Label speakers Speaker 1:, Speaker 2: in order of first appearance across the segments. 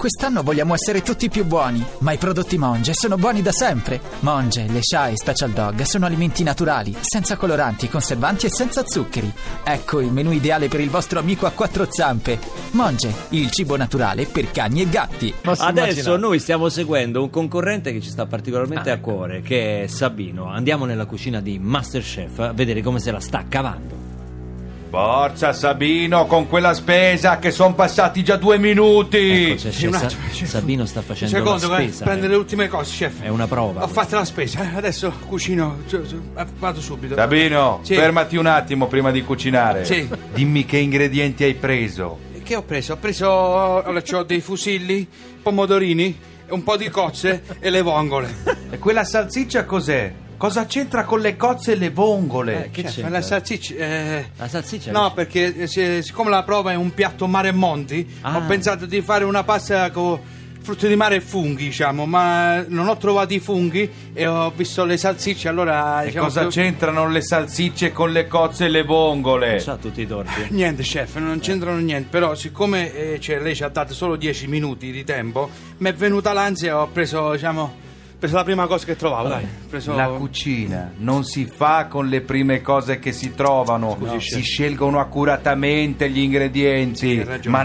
Speaker 1: Quest'anno vogliamo essere tutti più buoni, ma i prodotti Monge sono buoni da sempre. Monge, le Sha e Special Dog sono alimenti naturali, senza coloranti, conservanti e senza zuccheri. Ecco il menù ideale per il vostro amico a quattro zampe. Monge, il cibo naturale per cani e gatti.
Speaker 2: Posso
Speaker 3: Adesso
Speaker 2: immaginare. Ah, ecco.
Speaker 3: noi stiamo seguendo un concorrente che ci sta particolarmente a cuore, che è Sabino. Andiamo nella cucina di Masterchef a vedere come se la sta cavando.
Speaker 4: Forza Sabino con quella spesa che sono passati già due minuti.
Speaker 3: Ecco, c'è- c'è
Speaker 5: un
Speaker 3: Sa-
Speaker 5: attimo, c'è-
Speaker 3: Sabino sta facendo
Speaker 5: Un secondo,
Speaker 3: la
Speaker 5: eh,
Speaker 3: spesa. Eh,
Speaker 5: prendere le ultime cose, chef.
Speaker 3: È una prova.
Speaker 5: Ho fatto la spesa, eh, adesso cucino, c- c- vado subito.
Speaker 4: Sabino,
Speaker 5: Sì.
Speaker 4: fermati un attimo prima di cucinare.
Speaker 5: Sì.
Speaker 4: Dimmi che ingredienti hai preso.
Speaker 5: Che ho preso? Ho preso allora, c'ho dei fusilli, pomodorini, un po' di cozze e le vongole.
Speaker 4: E quella salsiccia cos'è? Cosa c'entra con le cozze e le vongole?
Speaker 3: Eh, che
Speaker 5: Chef,
Speaker 3: c'entra?
Speaker 5: La salsiccia... eh,
Speaker 3: La salsiccia?
Speaker 5: No, perché eh, se- siccome la prova è un piatto mare e monti,
Speaker 3: Ah.
Speaker 5: ho pensato di fare una pasta con frutti di mare e funghi, diciamo, ma non ho trovato i funghi e ho visto le salsicce, allora...
Speaker 4: e
Speaker 5: diciamo
Speaker 4: cosa
Speaker 5: che-
Speaker 4: c'entrano le salsicce con le cozze e le vongole?
Speaker 3: C'ha tutti i torti.
Speaker 5: Niente, chef, non c'entrano niente, però siccome eh, cioè, lei ci ha dato solo 10 minuti di tempo, mi è venuta l'ansia e ho preso, diciamo, ho preso la prima cosa che trovavo, dai. Ho preso...
Speaker 4: La cucina non si fa con le prime cose che si trovano,
Speaker 5: Scusi,
Speaker 4: No.
Speaker 5: chef.
Speaker 4: si scelgono accuratamente gli
Speaker 5: Sì,
Speaker 4: ingredienti,
Speaker 5: ha ragione.
Speaker 4: ma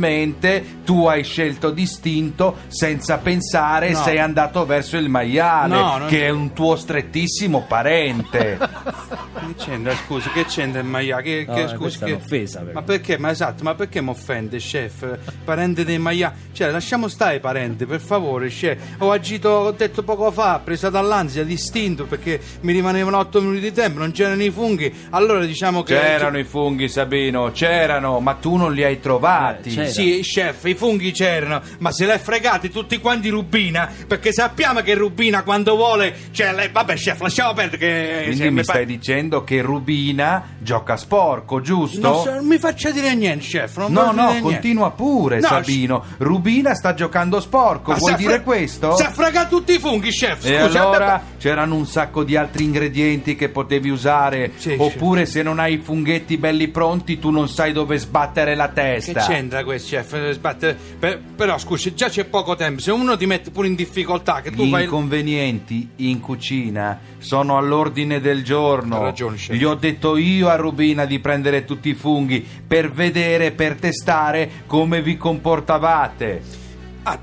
Speaker 4: naturalmente tu hai scelto distinto senza pensare
Speaker 5: No.
Speaker 4: sei andato verso il maiale,
Speaker 5: No, non-
Speaker 4: che è un tuo strettissimo parente.
Speaker 5: Che c'entra, scusa, che c'entra il maiale? Che,
Speaker 3: No,
Speaker 5: che-
Speaker 3: eh,
Speaker 5: scusi,
Speaker 3: questa è
Speaker 5: che-
Speaker 3: un'offesa, però.
Speaker 5: Ma perché? Ma esatto, ma perché mi offende, chef? Parente dei maiali? Cioè, lasciamo stare i parenti, per favore, chef. Ho agito, ho detto poco fa, presa dall'ansia, distinto, perché mi rimanevano 8 minuti di tempo, non c'erano i funghi, allora diciamo che...
Speaker 4: C'erano i funghi, Sabino, c'erano, ma tu non li hai trovati.
Speaker 3: Eh, c'è-
Speaker 5: Sì, chef, i funghi c'erano, ma se l'è fregati tutti quanti Rubina, perché sappiamo che Rubina quando vuole, cioè, lei- vabbè, chef, lasciamo perdere che
Speaker 4: Quindi
Speaker 5: se
Speaker 4: mi
Speaker 5: fa-
Speaker 4: stai dicendo che Rubina gioca a sporco, giusto?
Speaker 5: Non, so- non mi faccia dire niente, chef, non
Speaker 4: No,
Speaker 5: voglio
Speaker 4: no,
Speaker 5: dire niente.
Speaker 4: continua pure,
Speaker 5: No,
Speaker 4: Sabino. Rubina sta giocando sporco,
Speaker 5: Ma
Speaker 4: vuoi
Speaker 5: si è
Speaker 4: dire
Speaker 5: fre-
Speaker 4: questo?
Speaker 5: Si è fregato tutti i funghi, chef,
Speaker 4: E
Speaker 5: scusa.
Speaker 4: allora c'erano un sacco di altri ingredienti che potevi usare.
Speaker 5: Sì, sì.
Speaker 4: Oppure se non hai i funghetti belli pronti, tu non sai dove sbattere la
Speaker 5: Che
Speaker 4: testa.
Speaker 5: c'entra questo, chef? Eh, sbatte- per- però, scusi, già c'è poco tempo, se uno ti mette pure in difficoltà, che
Speaker 4: Gli
Speaker 5: tu vai...
Speaker 4: inconvenienti in cucina sono all'ordine del giorno.
Speaker 5: Ha ragione, chef.
Speaker 4: Gli ho detto io a Rubina di prendere tutti i funghi per vedere, per testare come vi comportavate.
Speaker 5: Ah,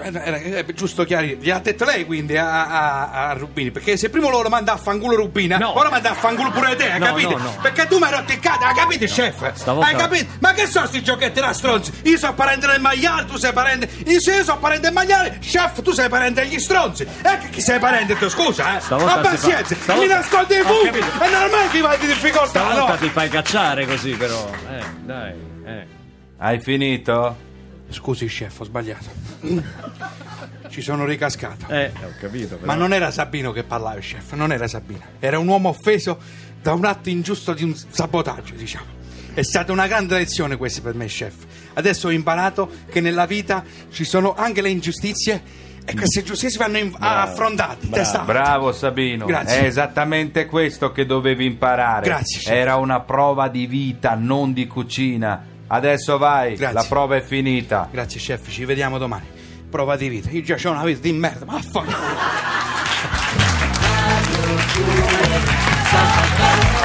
Speaker 5: era- era- era giusto chiarire, gli ha detto lei quindi a, a- a Rubini, perché se prima loro manda a fanculo Rubina,
Speaker 3: No.
Speaker 5: ora manda a fanculo pure te, hai
Speaker 3: No,
Speaker 5: capito?
Speaker 3: no, no.
Speaker 5: Perché tu mi hai rotto il cazzo, hai capito, chef?
Speaker 3: stavolta-
Speaker 5: Hai capito? Ma che sono sti giochetti da stronzi? Io sono parente del maiale, tu sei parente. Io, se io sono parente del maiale, chef, tu sei parente degli stronzi. E che chi sei parente tu, scusa, eh?
Speaker 3: Stavolta
Speaker 5: Ma
Speaker 3: si fa-
Speaker 5: pazienza,
Speaker 3: stavolta-
Speaker 5: mi nascondi i
Speaker 3: Ho
Speaker 5: funghi,
Speaker 3: capito.
Speaker 5: è normale che vai di difficoltà,
Speaker 3: Stavolta
Speaker 5: no?
Speaker 3: ti fai cacciare così, però. Eh, dai. eh.
Speaker 4: Hai finito?
Speaker 5: Scusi, chef, ho sbagliato. Ci sono ricascato.
Speaker 3: Eh, ho capito. Però.
Speaker 5: Ma non era Sabino che parlava, chef, non era Sabino. Era un uomo offeso da un atto ingiusto di un sabotaggio, diciamo. È stata una grande lezione questa per me, chef. Adesso ho imparato che nella vita ci sono anche le ingiustizie e queste ingiustizie vanno in- affrontate. testa alta.
Speaker 4: Bravo Sabino,
Speaker 5: Esatto. Grazie.
Speaker 4: è esattamente questo che dovevi imparare.
Speaker 5: Grazie, chef.
Speaker 4: Era una prova di vita, non di cucina. Adesso vai,
Speaker 5: Grazie.
Speaker 4: la prova è finita.
Speaker 5: Grazie, chef, ci vediamo domani. Prova di vita. Io già ho una vita di merda, ma affanculo.